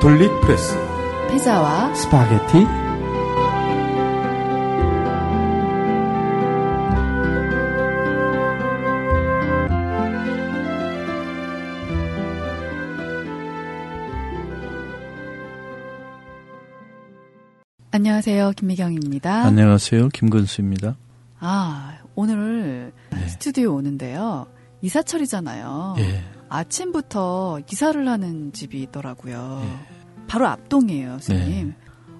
분리프레스 피자와 스파게티 안녕하세요 김미경입니다. 안녕하세요. 김근수입니다. 아 오늘 네. 스튜디오 오는데요 이사철이잖아요. 예. 아침부터 이사를 하는 집이 있더라고요. 예. 바로 앞동이에요, 스님. 네.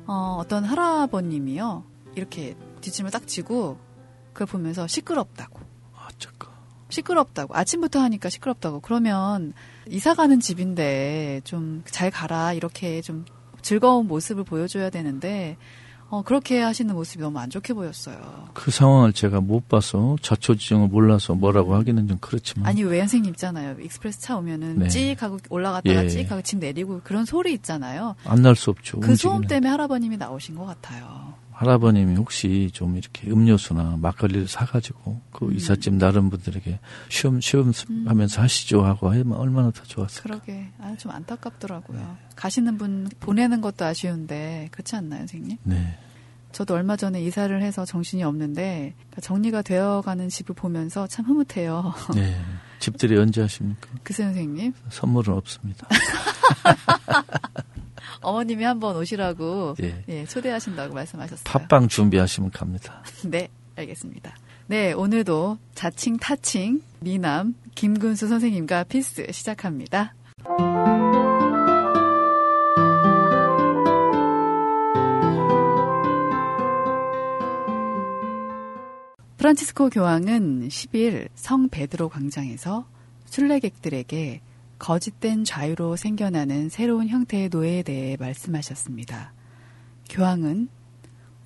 어, 어떤 할아버님이요 이렇게 뒷짐을 딱 지고 그걸 보면서 시끄럽다고. 아, 잠깐. 시끄럽다고 아침부터 하니까 시끄럽다고 그러면 이사 가는 집인데 좀 잘 가라 이렇게 좀 즐거운 모습을 보여줘야 되는데 어, 그렇게 하시는 모습이 너무 안 좋게 보였어요. 그 상황을 제가 못 봐서 자초지종을 몰라서 뭐라고 하기는 좀 그렇지만 아니 왜 선생님 있잖아요. 익스프레스 차 오면은 네. 찍 하고 올라갔다가 예. 찍 하고 집 내리고 그런 소리 있잖아요. 안 날 수 없죠. 그 소음 움직이는. 때문에 할아버님이 나오신 것 같아요. 할아버님이 혹시 좀 이렇게 음료수나 막걸리를 사가지고 음. 그 이삿집 나른 분들에게 쉬엄 쉬엄 하면서 하시죠 하고 하면 얼마나 더 좋았을까. 그러게 아, 좀 안타깝더라고요. 네. 가시는 분 보내는 것도 아쉬운데 그렇지 않나요, 선생님? 네. 저도 얼마 전에 이사를 해서 정신이 없는데 그러니까 정리가 되어가는 집을 보면서 참 흐뭇해요. 네. 집들이 언제 하십니까? 글쎄 선생님, 선물은 없습니다. 어머님이 한번 오시라고 예. 예, 초대하신다고 말씀하셨어요. 팥빵 준비하시면 갑니다. 네, 알겠습니다. 네, 오늘도 자칭 타칭 미남 김근수 선생님과 피스 시작합니다. 프란치스코 교황은 10일 성 베드로 광장에서 순례객들에게 거짓된 자유로 생겨나는 새로운 형태의 노예에 대해 말씀하셨습니다. 교황은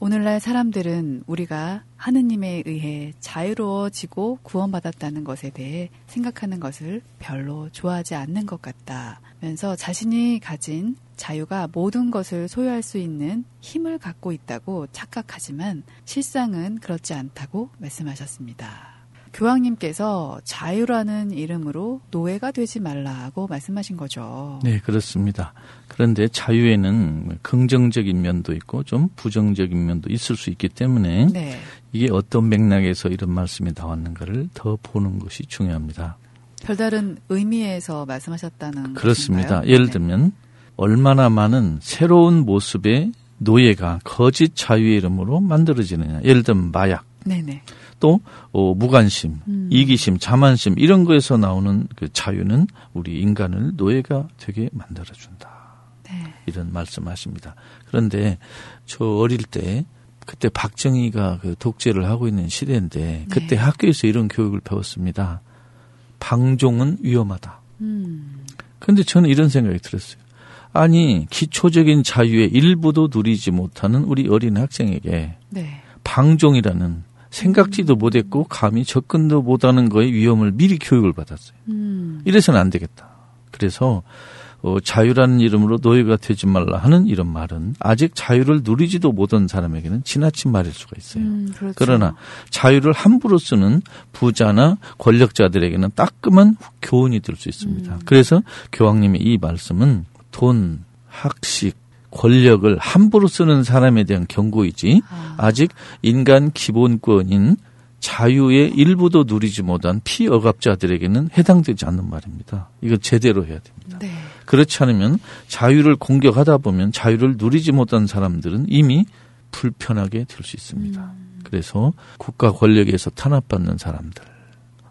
오늘날 사람들은 우리가 하느님에 의해 자유로워지고 구원받았다는 것에 대해 생각하는 것을 별로 좋아하지 않는 것 같다면서 자신이 가진 자유가 모든 것을 소유할 수 있는 힘을 갖고 있다고 착각하지만 실상은 그렇지 않다고 말씀하셨습니다. 교황님께서 자유라는 이름으로 노예가 되지 말라고 말씀하신 거죠. 네, 그렇습니다. 그런데 자유에는 긍정적인 면도 있고 좀 부정적인 면도 있을 수 있기 때문에 네. 이게 어떤 맥락에서 이런 말씀이 나왔는가를 더 보는 것이 중요합니다. 음, 별다른 의미에서 말씀하셨다는 그렇습니다. 것인가요? 예를 네. 들면 얼마나 많은 새로운 모습의 노예가 거짓 자유의 이름으로 만들어지느냐. 예를 들면 마약, 네네. 또 어, 무관심, 음. 이기심, 자만심 이런 거에서 나오는 그 자유는 우리 인간을 노예가 되게 만들어준다. 네. 이런 말씀하십니다. 그런데 저 어릴 때 그때 박정희가 그 독재를 하고 있는 시대인데 그때 네. 학교에서 이런 교육을 배웠습니다. 방종은 위험하다. 음. 그런데 저는 이런 생각이 들었어요. 아니 기초적인 자유의 일부도 누리지 못하는 우리 어린 학생에게 네. 방종이라는 생각지도 못했고 감히 접근도 못하는 거의 위험을 미리 교육을 받았어요. 음. 이래서는 안 되겠다. 그래서 어, 자유라는 이름으로 노예가 되지 말라 하는 이런 말은 아직 자유를 누리지도 못한 사람에게는 지나친 말일 수가 있어요. 음, 그렇죠. 그러나 자유를 함부로 쓰는 부자나 권력자들에게는 따끔한 교훈이 될 수 있습니다. 그래서 교황님의 이 말씀은 돈, 학식, 권력을 함부로 쓰는 사람에 대한 경고이지 아. 아직 인간 기본권인 자유의 일부도 누리지 못한 피억압자들에게는 해당되지 않는 말입니다. 이거 제대로 해야 됩니다. 네. 그렇지 않으면 자유를 공격하다 보면 자유를 누리지 못한 사람들은 이미 불편하게 될 수 있습니다. 그래서 국가 권력에서 탄압받는 사람들,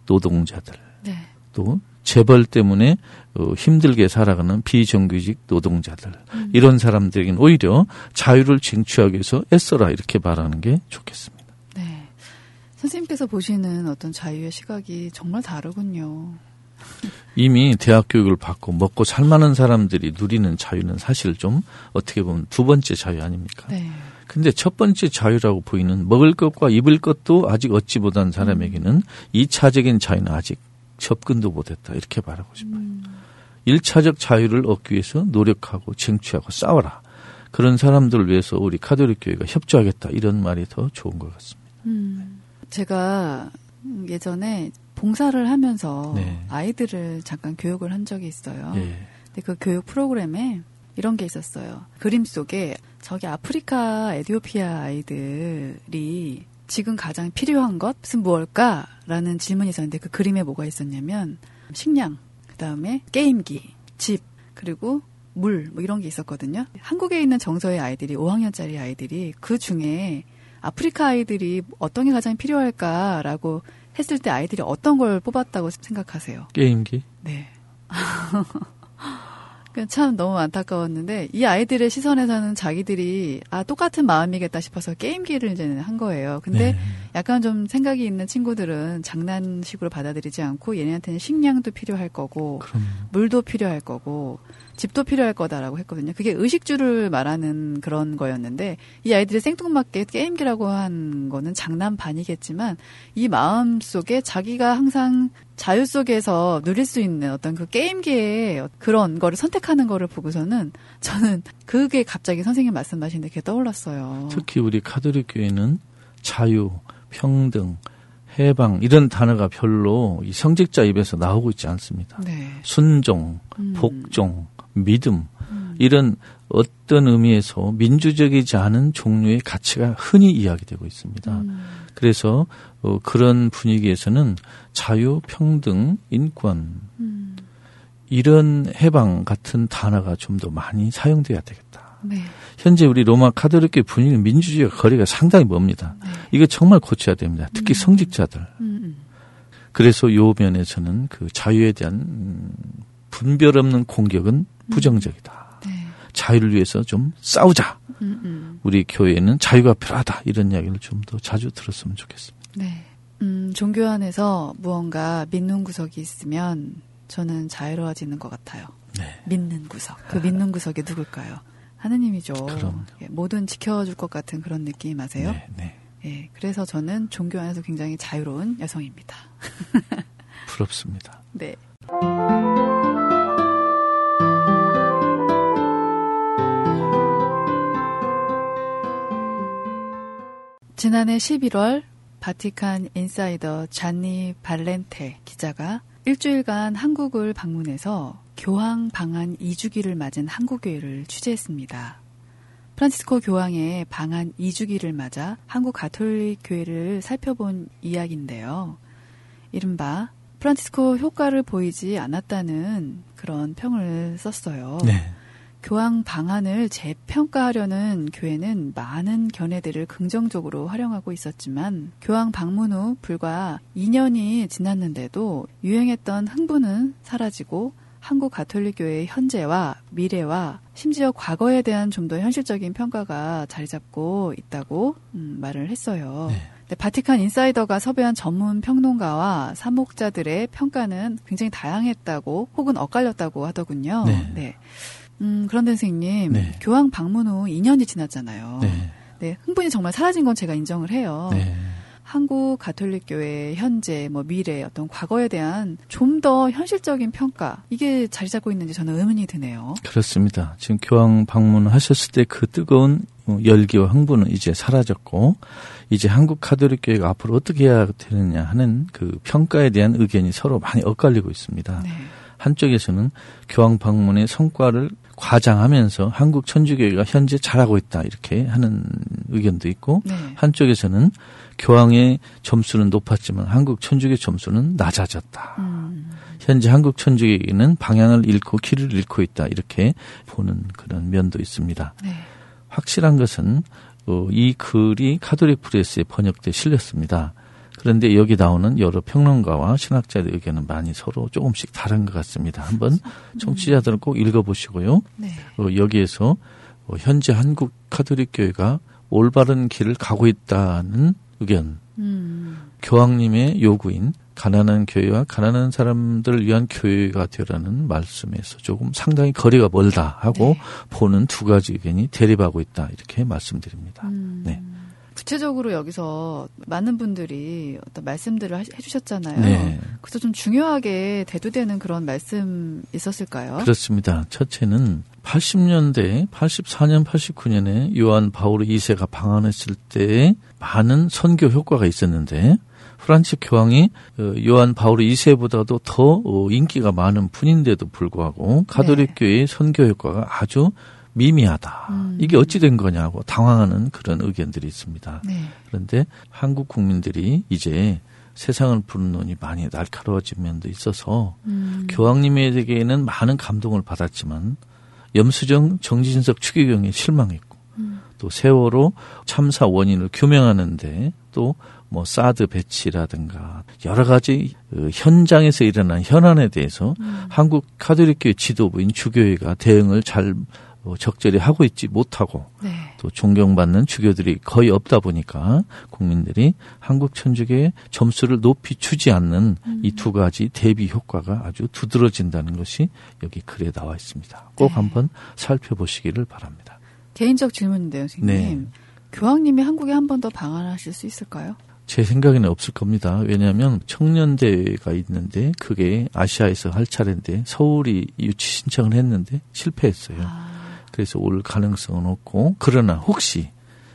노동자들, 네. 또 재벌 때문에 어, 힘들게 살아가는 비정규직 노동자들 이런 사람들에게는 오히려 자유를 쟁취하기 위해서 애써라 이렇게 말하는 게 좋겠습니다. 네. 선생님께서 보시는 어떤 자유의 시각이 정말 다르군요. 이미 대학 교육을 받고 먹고 살만한 사람들이 누리는 자유는 사실 좀 어떻게 보면 두 번째 자유 아닙니까? 네. 근데 첫 번째 자유라고 보이는 먹을 것과 입을 것도 아직 얻지 못한 음. 사람에게는 이차적인 자유는 아직 접근도 못했다. 이렇게 말하고 음. 싶어요. 일차적 자유를 얻기 위해서 노력하고 쟁취하고 싸워라. 그런 사람들을 위해서 우리 카톨릭 교회가 협조하겠다. 이런 말이 더 좋은 것 같습니다. 음. 네. 제가 예전에 봉사를 하면서 네. 아이들을 잠깐 교육을 한 적이 있어요. 예. 근데 그 교육 프로그램에 이런 게 있었어요. 그림 속에 저기 아프리카 에디오피아 아이들이 지금 가장 필요한 것은 무엇일까라는 질문이 있었는데 그 그림에 뭐가 있었냐면 식량, 그다음에 게임기, 집, 그리고 물, 뭐 이런 게 있었거든요. 한국에 있는 정서의 아이들이, 5학년짜리 아이들이 그 중에 아프리카 아이들이 어떤 게 가장 필요할까라고 했을 때 아이들이 어떤 걸 뽑았다고 생각하세요? 게임기. 네. 그참 너무 안타까웠는데 이 아이들의 시선에서는 자기들이 아 똑같은 마음이겠다 싶어서 게임기를 이제는 한 거예요. 근데 네. 약간 좀 생각이 있는 친구들은 장난식으로 받아들이지 않고 얘네한테는 식량도 필요할 거고 그럼 물도 필요할 거고 집도 필요할 거다라고 했거든요. 그게 의식주를 말하는 그런 거였는데 이 아이들이 생뚱맞게 게임기라고 한 거는 장난 반이겠지만 이 마음 속에 자기가 항상 자유 속에서 누릴 수 있는 어떤 그 게임기의 그런 거를 선택하는 거를 보고서는 저는 그게 갑자기 선생님 말씀하신 데 그게 떠올랐어요. 특히 우리 카톨릭 교회는 자유, 평등, 해방 이런 단어가 별로 이 성직자 입에서 나오고 있지 않습니다. 네. 순종, 음. 복종, 믿음 이런 어떤 의미에서 민주적이지 않은 종류의 가치가 흔히 이야기되고 있습니다. 음. 그래서 어, 그런 분위기에서는 자유, 평등, 인권 음. 이런 해방 같은 단어가 좀 더 많이 사용돼야 되겠다. 네. 현재 우리 로마 카톨릭의 분위기 민주주의와 거리가 상당히 멉니다. 네. 이거 정말 고쳐야 됩니다. 특히 성직자들. 음. 그래서 요 면에서는 그 자유에 대한 음, 분별 없는 공격은 부정적이다. 네. 자유를 위해서 좀 싸우자. 음. 음. 우리 교회는 자유가 필요하다. 이런 이야기를 좀 더 자주 들었으면 좋겠습니다. 네. 음, 종교 안에서 무언가 믿는 구석이 있으면 저는 자유로워지는 것 같아요. 네. 믿는 구석. 그 믿는 구석이 누굴까요? 하느님이죠. 그럼요. 예, 뭐든 지켜줄 것 같은 그런 느낌 아세요? 네, 네. 예. 그래서 저는 종교 안에서 굉장히 자유로운 여성입니다. 부럽습니다. 네. 지난해 11월 바티칸 인사이더 잔니 발렌테 기자가 일주일간 한국을 방문해서 교황 방한 2주기를 맞은 한국교회를 취재했습니다. 프란치스코 교황의 방한 2주기를 맞아 한국 가톨릭 교회를 살펴본 이야기인데요. 이른바 프란치스코 효과를 보이지 않았다는 그런 평을 썼어요. 네. 교황 방안을 재평가하려는 교회는 많은 견해들을 긍정적으로 활용하고 있었지만 교황 방문 후 불과 2년이 지났는데도 유행했던 흥분은 사라지고 한국 가톨릭 교회의 현재와 미래와 심지어 과거에 대한 좀 더 현실적인 평가가 자리 잡고 있다고 음, 말을 했어요. 네. 근데 바티칸 인사이더가 섭외한 전문 평론가와 사목자들의 평가는 굉장히 다양했다고 혹은 엇갈렸다고 하더군요. 네. 네. 음, 그런데 선생님, 네. 교황 방문 후 2년이 지났잖아요. 네. 네, 흥분이 정말 사라진 건 제가 인정을 해요. 네. 한국 가톨릭 교회 현재 뭐 미래 어떤 과거에 대한 좀 더 현실적인 평가 이게 자리 잡고 있는지 저는 의문이 드네요. 그렇습니다. 지금 교황 방문하셨을 때 그 뜨거운 어, 열기와 흥분은 이제 사라졌고 이제 한국 카톨릭 교회가 앞으로 어떻게 해야 되느냐 하는 그 평가에 대한 의견이 서로 많이 엇갈리고 있습니다. 네. 한쪽에서는 교황 방문의 성과를 과장하면서 한국 천주교회가 현재 잘하고 있다 이렇게 하는 의견도 있고 네. 한쪽에서는 교황의 점수는 높았지만 한국 천주교 점수는 낮아졌다. 음, 현재 한국 천주교는 방향을 잃고 길을 잃고 있다 이렇게 보는 그런 면도 있습니다. 네. 확실한 것은 어, 이 글이 카톨릭 프레스에 번역돼 실렸습니다. 그런데 여기 나오는 여러 평론가와 신학자의 의견은 많이 서로 조금씩 다른 것 같습니다. 한번 청취자들은 꼭 읽어보시고요. 네. 어, 여기에서 어, 현재 한국 카톨릭 교회가 올바른 길을 가고 있다는 의견, 음, 교황님의 요구인 가난한 교회와 가난한 사람들을 위한 교회가 되라는 말씀에서 조금 상당히 거리가 멀다 하고 네. 보는 두 가지 의견이 대립하고 있다 이렇게 말씀드립니다. 음. 네. 구체적으로 여기서 많은 분들이 어떤 말씀들을 하시- 해주셨잖아요. 네, 그래서 좀 중요하게 대두되는 그런 말씀 있었을까요? 그렇습니다. 첫째는 80년대, 84년, 89년에 요한 바오르 2세가 방한했을 때 많은 선교 효과가 있었는데 프란츠 교황이 어, 요한 바오르 2세보다도 더 어, 인기가 많은 분인데도 불구하고 네. 가톨릭 교회의 선교 효과가 아주 미미하다. 음. 이게 어찌 된 거냐고 당황하는 그런 의견들이 있습니다. 네. 그런데 한국 국민들이 이제 세상을 푸는 눈이 많이 날카로워진 면도 있어서 음. 교황님에게는 많은 감동을 받았지만 염수정 정지진석 추기경에 실망했고 음. 또 세월호 참사 원인을 규명하는데 또 뭐 사드 배치라든가 여러 가지 어, 현장에서 일어난 현안에 대해서 한국 카톨릭교회 지도부인 주교회가 대응을 잘 어, 적절히 하고 있지 못하고 네. 또 존경받는 주교들이 거의 없다 보니까 국민들이 한국 천주교의 점수를 높이 주지 않는 이 두 가지 대비 효과가 아주 두드러진다는 것이 여기 글에 나와 있습니다. 꼭 네. 한번 살펴보시기를 바랍니다. 개인적 질문인데요, 선생님. 네. 교황님이 한국에 한 번 더 방한하실 수 있을까요? 제 생각에는 없을 겁니다. 왜냐하면 청년대회가 있는데 그게 아시아에서 할 차례인데 서울이 유치 신청을 했는데 실패했어요. 아, 그래서 올 가능성은 없고 그러나 혹시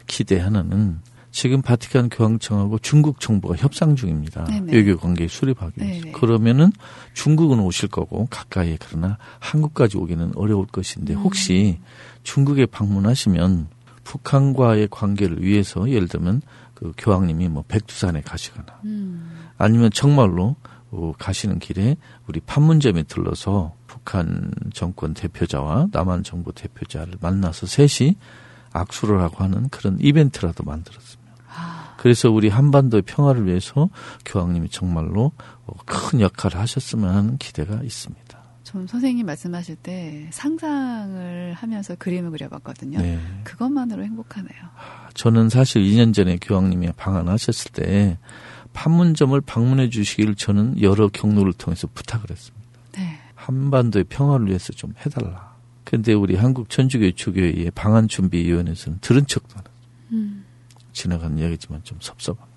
기대 하나는 지금 바티칸 교황청하고 중국 정부가 협상 중입니다. 네네. 외교 관계 수립하기 위해서. 네네. 그러면은 중국은 오실 거고 가까이 그러나 한국까지 오기는 어려울 음. 것인데 혹시 중국에 방문하시면 북한과의 관계를 위해서 예를 들면 그 교황님이 뭐 백두산에 가시거나 음. 아니면 정말로 어, 가시는 길에 우리 판문점에 들러서 북한 정권 대표자와 남한 정부 대표자를 만나서 셋이 악수를 하고 하는 그런 이벤트라도 만들었습니다. 아, 그래서 우리 한반도의 평화를 위해서 교황님이 정말로 어, 큰 역할을 하셨으면 하는 기대가 있습니다. 좀 선생님 말씀하실 때 상상을 하면서 그림을 그려봤거든요. 네. 그것만으로 행복하네요. 저는 사실 2년 전에 교황님이 방한하셨을 때 판문점을 방문해 주시기를 저는 여러 경로를 통해서 부탁을 했습니다. 네. 한반도의 평화를 위해서 좀 해달라. 근데 우리 한국 천주교 주교회의 방한 준비위원회에서는 들은 척도 안 하죠. 음. 지나간 이야기지만 좀 섭섭합니다.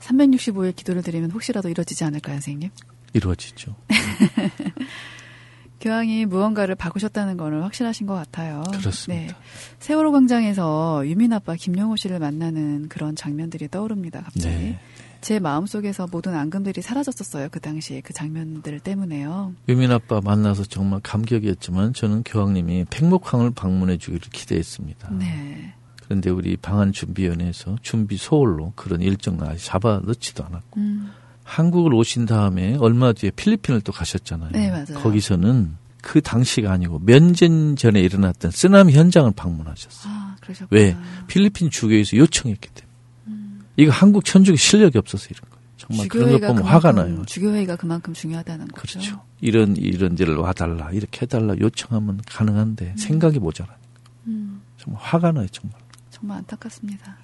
365일 기도를 드리면 혹시라도 이뤄지지 않을까요, 선생님? 이루어지죠. 교황이 무언가를 바꾸셨다는 거는 확실하신 것 같아요. 네. 그렇습니다. 세월호 광장에서 유민 아빠 김영호 씨를 만나는 그런 장면들이 떠오릅니다. 갑자기 네. 제 마음 속에서 모든 앙금들이 사라졌었어요. 그 당시에 그 장면들 때문에요. 유민 아빠 만나서 정말 감격이었지만 저는 교황님이 백목항을 방문해 주기를 기대했습니다. 네, 그런데 우리 방한 준비위원회에서 준비 소홀로 그런 일정을 아예 잡아 넣지도 않았고 음, 한국을 오신 다음에 얼마 뒤에 필리핀을 또 가셨잖아요. 네, 맞아요. 거기서는 그 당시가 아니고 면전 전에 일어났던 쓰나미 현장을 방문하셨어요. 아 그러셨구나. 왜 필리핀 주교에서 요청했기 때문에 이거 한국 천주교 실력이 없어서 이런 거예요. 정말 그런 것 주교회가 보면 그러니까 그만큼, 화가 나요. 주교회가 그만큼 중요하다는 거죠. 그렇죠. 이런 이런 데를 와달라 이렇게 해달라 요청하면 가능한데 생각이 모자라니까 음, 정말 화가 나요 정말. 정말 안타깝습니다.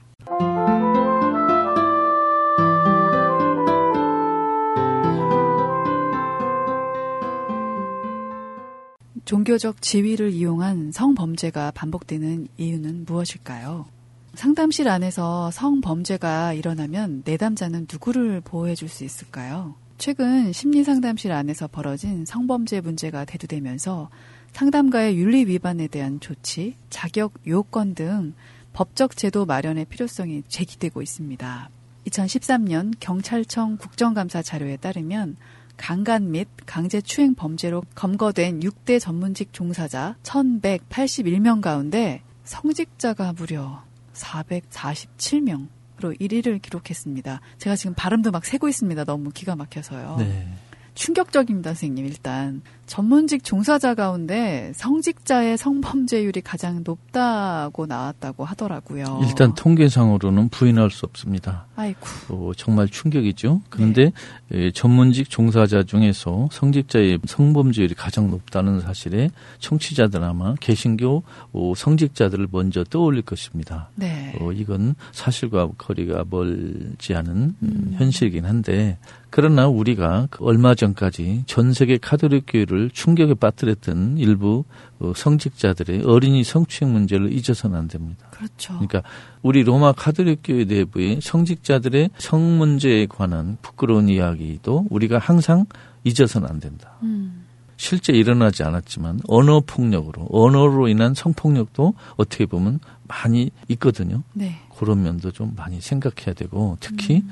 종교적 지위를 이용한 성범죄가 반복되는 이유는 무엇일까요? 상담실 안에서 성범죄가 일어나면 내담자는 누구를 보호해 줄 수 있을까요? 최근 심리상담실 안에서 벌어진 성범죄 문제가 대두되면서 상담가의 윤리 위반에 대한 조치, 자격 요건 등 법적 제도 마련의 필요성이 제기되고 있습니다. 2013년 경찰청 국정감사 자료에 따르면 강간 및 강제추행 범죄로 검거된 6대 전문직 종사자 1,181명 가운데 성직자가 무려 447명으로 1위를 기록했습니다. 제가 지금 발음도 막 세고 있습니다. 너무 기가 막혀서요. 네. 충격적입니다, 선생님. 일단 전문직 종사자 가운데 성직자의 성범죄율이 가장 높다고 나왔다고 하더라고요. 일단 통계상으로는 부인할 수 없습니다. 아이고, 어, 정말 충격이죠. 그런데 네. 에, 전문직 종사자 중에서 성직자의 성범죄율이 가장 높다는 사실에 청취자들 아마 개신교 어, 성직자들을 먼저 떠올릴 것입니다. 네, 어, 이건 사실과 거리가 멀지 않은 음, 음. 현실이긴 한데 그러나 우리가 그 얼마 전까지 전 세계 카톨릭 교회를 충격에 빠뜨렸던 일부 어, 성직자들의 어린이 성추행 문제를 잊어서는 안 됩니다. 그렇죠. 그러니까 우리 로마 카톨릭 교회 내부의 성직자들의 성 문제에 관한 부끄러운 이야기도 우리가 항상 잊어서는 안 된다. 음, 실제 일어나지 않았지만 언어 폭력으로 언어로 인한 성폭력도 어떻게 보면 많이 있거든요. 네, 그런 면도 좀 많이 생각해야 되고 특히 음.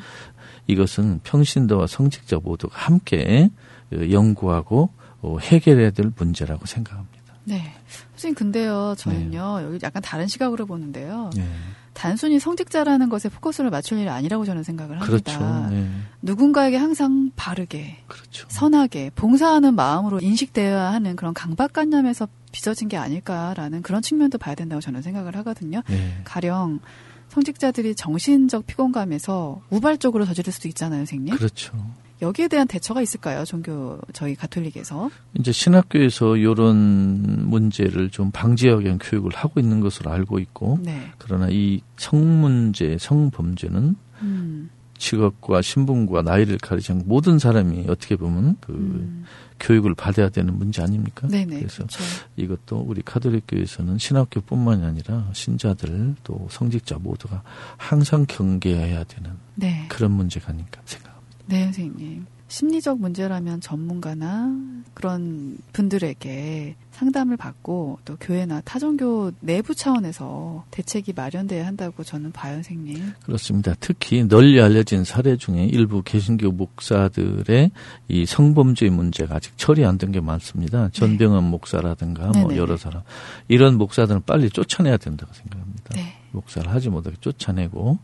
이것은 평신도와 어, 성직자 모두가 함께 연구하고 어, 해결해야 될 문제라고 생각합니다. 네. 선생님, 근데요, 저는요, 네. 여기 약간 다른 시각으로 보는데요. 예. 단순히 성직자라는 것에 포커스를 맞출 일이 아니라고 저는 생각을 합니다. 그렇죠. 예. 누군가에게 항상 바르게, 그렇죠. 선하게, 봉사하는 마음으로 인식되어야 하는 그런 강박관념에서 빚어진 게 아닐까라는 그런 측면도 봐야 된다고 저는 생각을 하거든요. 예. 가령 성직자들이 정신적 피곤감에서 우발적으로 저지를 수도 있잖아요, 선생님. 그렇죠. 여기에 대한 대처가 있을까요? 종교 저희 가톨릭에서. 이제 신학교에서 이런 문제를 좀 방지하기 위한 교육을 하고 있는 것으로 알고 있고 네. 그러나 이 성문제, 성범죄는 음. 직업과 신분과 나이를 가리지 않고 모든 사람이 어떻게 보면 그 음. 교육을 받아야 되는 문제 아닙니까? 네네. 그래서 그렇죠. 이것도 우리 카톨릭 교회에서는 신학교뿐만이 아니라 신자들 또 성직자 모두가 항상 경계해야 되는 네. 그런 문제가 아닌가 생각합니다. 네, 선생님. 심리적 문제라면 전문가나 그런 분들에게 상담을 받고 또 교회나 타종교 내부 차원에서 대책이 마련돼야 한다고 저는 봐요, 선생님. 그렇습니다. 특히 널리 알려진 사례 중에 일부 개신교 목사들의 이 성범죄 문제가 아직 처리 안 된 게 많습니다. 전병헌 목사라든가 뭐 네. 네네. 여러 사람 이런 목사들은 빨리 쫓아내야 된다고 생각합니다. 네. 목사를 하지 못하게 쫓아내고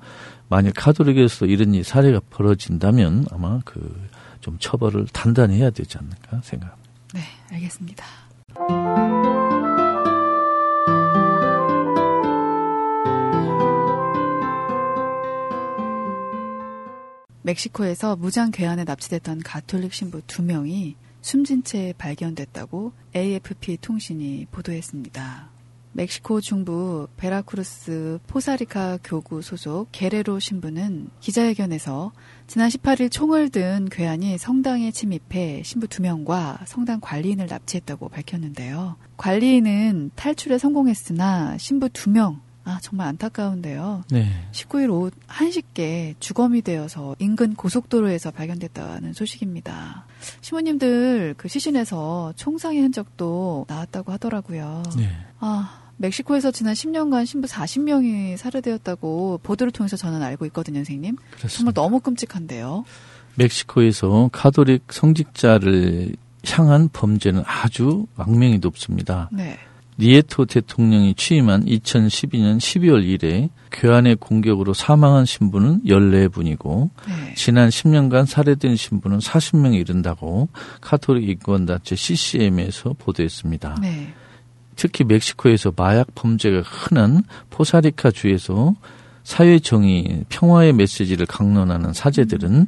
만일 카톨릭에서도 이런 이 사례가 벌어진다면 아마 그 좀 처벌을 단단히 해야 되지 않을까 생각합니다. 네, 알겠습니다. 멕시코에서 무장 괴한에 납치됐던 가톨릭 신부 두 명이 숨진 채 발견됐다고 AFP 통신이 보도했습니다. 멕시코 중부 베라크루스 포사리카 교구 소속 게레로 신부는 기자회견에서 지난 18일 총을 든 괴한이 성당에 침입해 신부 두명과 성당 관리인을 납치했다고 밝혔는데요. 관리인은 탈출에 성공했으나 신부 두명 아, 정말 안타까운데요. 네. 19일 오후 1시께 주검이 되어서 인근 고속도로에서 발견됐다는 소식입니다. 시모님들 그 시신에서 총상의 흔적도 나왔다고 하더라고요. 네. 아, 멕시코에서 지난 10년간 신부 40명이 살해되었다고 보도를 통해서 저는 알고 있거든요, 선생님. 정말 그렇습니다. 너무 끔찍한데요. 멕시코에서 카톨릭 성직자를 향한 범죄는 아주 악명이 높습니다. 네. 니에토 대통령이 취임한 2012년 12월 1일에 괴한의 공격으로 사망한 신부는 14분이고 네. 지난 10년간 살해된 신부는 40명에 이른다고 카톨릭 인권단체 CCM에서 보도했습니다. 네. 특히 멕시코에서 마약 범죄가 흔한 포사리카 주에서 사회 정의, 평화의 메시지를 강론하는 사제들은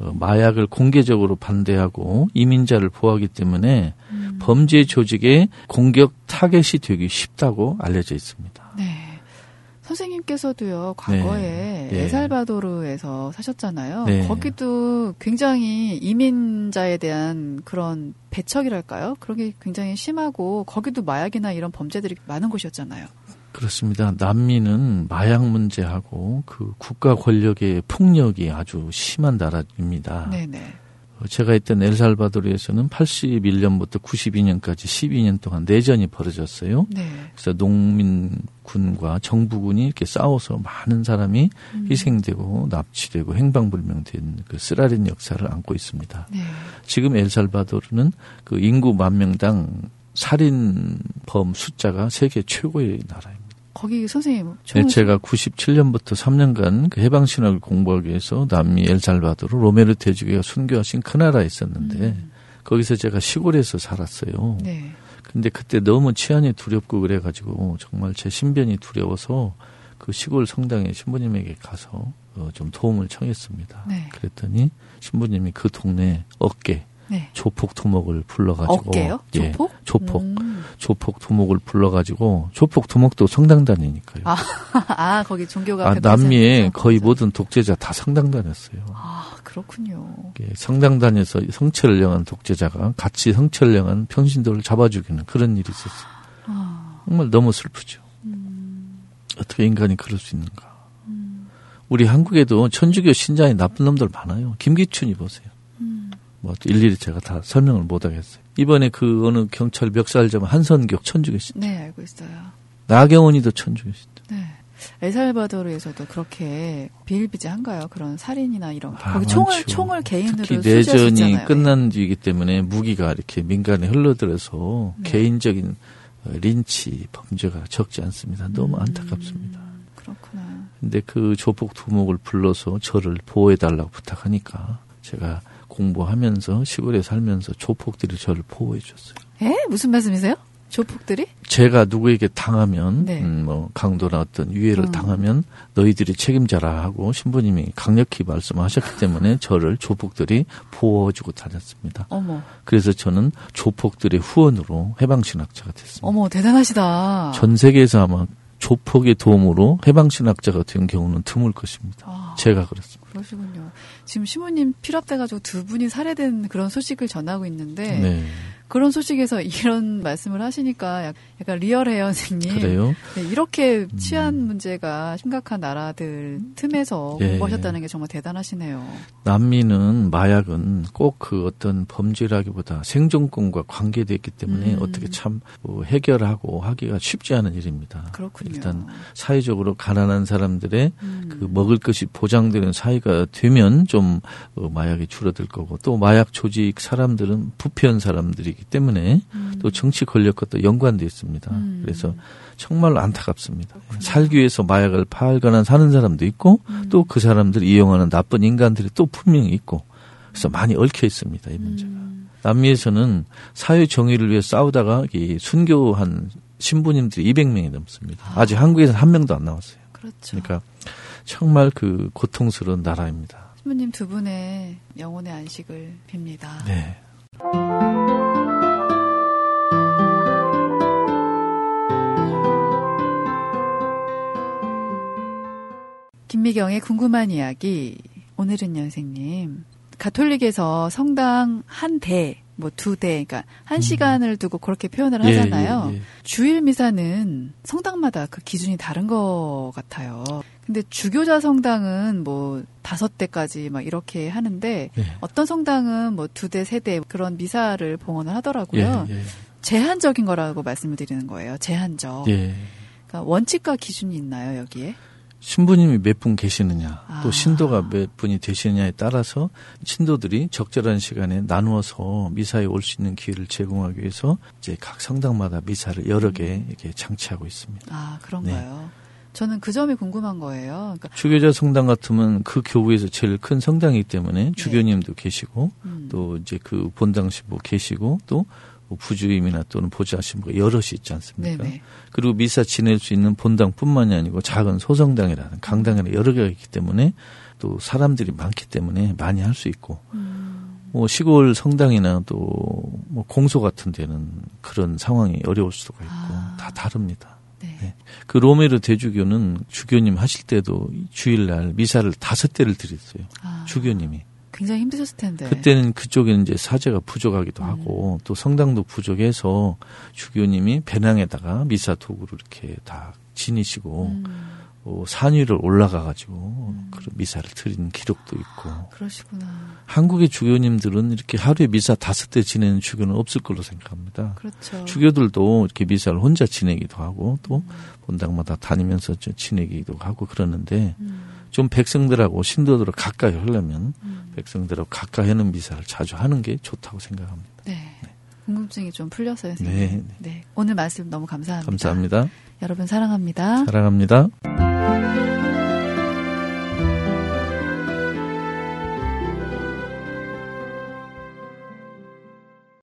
어, 마약을 공개적으로 반대하고 이민자를 보호하기 때문에 음, 범죄 조직의 공격 타겟이 되기 쉽다고 알려져 있습니다. 네. 선생님께서도요, 과거에 네. 예. 엘살바도르에서 사셨잖아요. 네. 거기도 굉장히 이민자에 대한 그런 배척이랄까요? 그런 게 굉장히 심하고, 거기도 마약이나 이런 범죄들이 많은 곳이었잖아요. 그렇습니다. 남미는 마약 문제하고 그 국가 권력의 폭력이 아주 심한 나라입니다. 네네. 어, 제가 있던 엘살바도르에서는 81년부터 92년까지 12년 동안 내전이 벌어졌어요. 네. 그래서 농민군과 정부군이 이렇게 싸워서 많은 사람이 음, 희생되고 납치되고 행방불명된 그 쓰라린 역사를 안고 있습니다. 네. 지금 엘살바도르는 그 인구 만 명당 살인범 숫자가 세계 최고의 나라입니다. 거기 선생님, 네, 총 제가 97년부터 3년간 그 해방신학을 공부하기 위해서 남미 엘살바도르 로메르 대주교가 순교하신 그 나라에 있었는데 음, 거기서 제가 시골에서 살았어요. 네. 근데 그때 너무 치안이 두렵고 그래가지고 정말 제 신변이 두려워서 그 시골 성당에 신부님에게 가서 어, 좀 도움을 청했습니다. 네. 그랬더니 신부님이 그 동네 어깨 네. 조폭 두목을 불러가지고 어깨요? 예, 조폭? 조폭 음. 조폭 두목을 불러가지고 조폭 두목도 성당 다니니까요. 아, 아, 거기 종교가. 아, 100% 남미의 성격이 거의 있어서. 모든 독재자 다 성당 다녔어요. 아, 그렇군요. 예, 성당 다녀서 성체를 향한 독재자가 같이 성체를 향한 평신도를 잡아 죽이는 그런 일이 있었어요. 아, 정말 너무 슬프죠. 어떻게 인간이 그럴 수 있는가. 우리 한국에도 천주교 신자인 나쁜 놈들 많아요. 김기춘이 보세요. 음. 뭐 일일이 제가 다 설명을 못 하겠어요. 이번에 그 어느 경찰 멱살잡은 한선교 천주교 신 네, 알고 있어요. 나경원이도 천주교 신자. 네. 엘살바도르에서도 그렇게 비일비재한가요? 그런 살인이나 이런 게. 아, 거기 총을 많죠. 총을 개인으로 특히 소지하시잖아요. 내전이 끝난 뒤이기 때문에 무기가 이렇게 민간에 흘러들어서 네. 개인적인 어, 린치 범죄가 적지 않습니다. 너무 음. 안타깝습니다. 그렇구나. 근데 그 조폭 두목을 불러서 저를 보호해달라고 부탁하니까 제가 공부하면서 시골에 살면서 조폭들이 저를 보호해줬어요. 에 무슨 말씀이세요? 조폭들이? 제가 누구에게 당하면 네. 음, 뭐 강도나 어떤 유해를 음. 당하면 너희들이 책임져라 하고 신부님이 강력히 말씀하셨기 때문에 저를 조폭들이 보호해주고 다녔습니다. 어머, 그래서 저는 조폭들의 후원으로 해방신학자가 됐습니다. 어머 대단하시다. 전 세계에서 아마 조폭의 도움으로 해방신학자가 된 경우는 드물 것입니다. 아. 제가 그렇습니다. 그러시군요. 지금 시모님 필압돼가지고 두 분이 살해된 그런 소식을 전하고 있는데 네. 그런 소식에서 이런 말씀을 하시니까 약- 약간 리얼해요, 선생님. 그래요? 네, 이렇게 음. 치안 문제가 심각한 나라들 틈에서 예. 공부하셨다는 게 정말 대단하시네요. 남미는 마약은 꼭 그 어떤 범죄라기보다 생존권과 관계되어 있기 때문에 음. 어떻게 참뭐 해결하고 하기가 쉽지 않은 일입니다. 그렇군요. 일단 사회적으로 가난한 사람들의 음. 그 먹을 것이 보장되는 사회가 되면 좀 어, 마약이 줄어들 거고 또 마약 조직 사람들은 부패한 사람들이기 때문에 음. 또 정치 권력과 또 연관돼 있습니다. 음. 그래서 정말 안타깝습니다. 살기 위해서 마약을 팔거나 사는 사람도 있고 음. 또 그 사람들 이용하는 나쁜 인간들이 또 분명히 있고 그래서 많이 얽혀 있습니다. 이 문제가. 음. 남미에서는 사회 정의를 위해 싸우다가 이 순교한 신부님들이 200명이 넘습니다. 아직 한국에서는 한 명도 안 나왔어요. 그렇죠. 그러니까 정말 그 고통스러운 나라입니다. 신부님 두 분의 영혼의 안식을 빕니다. 네. 김미경의 궁금한 이야기. 오늘은요, 선생님. 가톨릭에서 성당 한 대, 뭐 두 대, 그러니까 한 시간을 두고 그렇게 표현을 음. 예, 하잖아요. 예, 예. 주일 미사는 성당마다 그 기준이 다른 것 같아요. 근데 주교자 성당은 뭐 다섯 대까지 막 이렇게 하는데 예. 어떤 성당은 뭐 두 대, 세 대 그런 미사를 봉헌을 예, 하더라고요. 예, 제한적인 거라고 말씀을 드리는 거예요. 제한적. 예. 그러니까 원칙과 기준이 있나요, 여기에? 신부님이 몇 분 계시느냐, 아. 또 신도가 몇 분이 되시느냐에 따라서 신도들이 적절한 시간에 나누어서 미사에 올 수 있는 기회를 제공하기 위해서 이제 각 성당마다 미사를 여러 개 이렇게 장치하고 있습니다. 아, 그런가요? 네. 저는 그 점이 궁금한 거예요. 그러니까, 주교자 성당 같으면 그 교구에서 제일 큰 성당이기 네. 때문에 주교님도 계시고 음, 또 이제 그 본당 신부 계시고 또뭐 부주임이나 또는 보좌 신부가 여럿이 있지 않습니까? 네네. 그리고 미사 지낼 수 있는 본당뿐만이 아니고 작은 소성당이라는 강당이나 여러 개가 있기 때문에 또 사람들이 많기 때문에 많이 할 수 있고 음, 뭐 시골 성당이나 또 뭐 공소 같은 데는 그런 상황이 어려울 수가 있고 아. 다 다릅니다. 네. 네. 그 로메르 대주교는 주교님 하실 때도 주일날 미사를 다섯 대를 드렸어요. 아, 주교님이. 굉장히 힘드셨을 텐데. 그때는 그쪽에 이제 사제가 부족하기도 네. 음. 하고 또 성당도 부족해서 주교님이 배낭에다가 미사 도구를 이렇게 다 지니시고 음, 어, 산 위를 올라가가지고 그런 미사를 드리는 기록도 있고 그러시구나. 한국의 주교님들은 이렇게 하루에 미사 다섯 대 지내는 주교는 없을 걸로 생각합니다. 그렇죠. 주교들도 이렇게 미사를 혼자 지내기도 하고 또 본당마다 다니면서 좀 지내기도 하고 그러는데 음, 좀 백성들하고 신도들을 가까이 하려면 음, 백성들하고 가까이 하는 미사를 자주 하는 게 좋다고 생각합니다. 네. 궁금증이 좀 풀렸어요, 네, 선생님. 네. 오늘 말씀 너무 감사합니다. 감사합니다. 여러분 사랑합니다. 사랑합니다.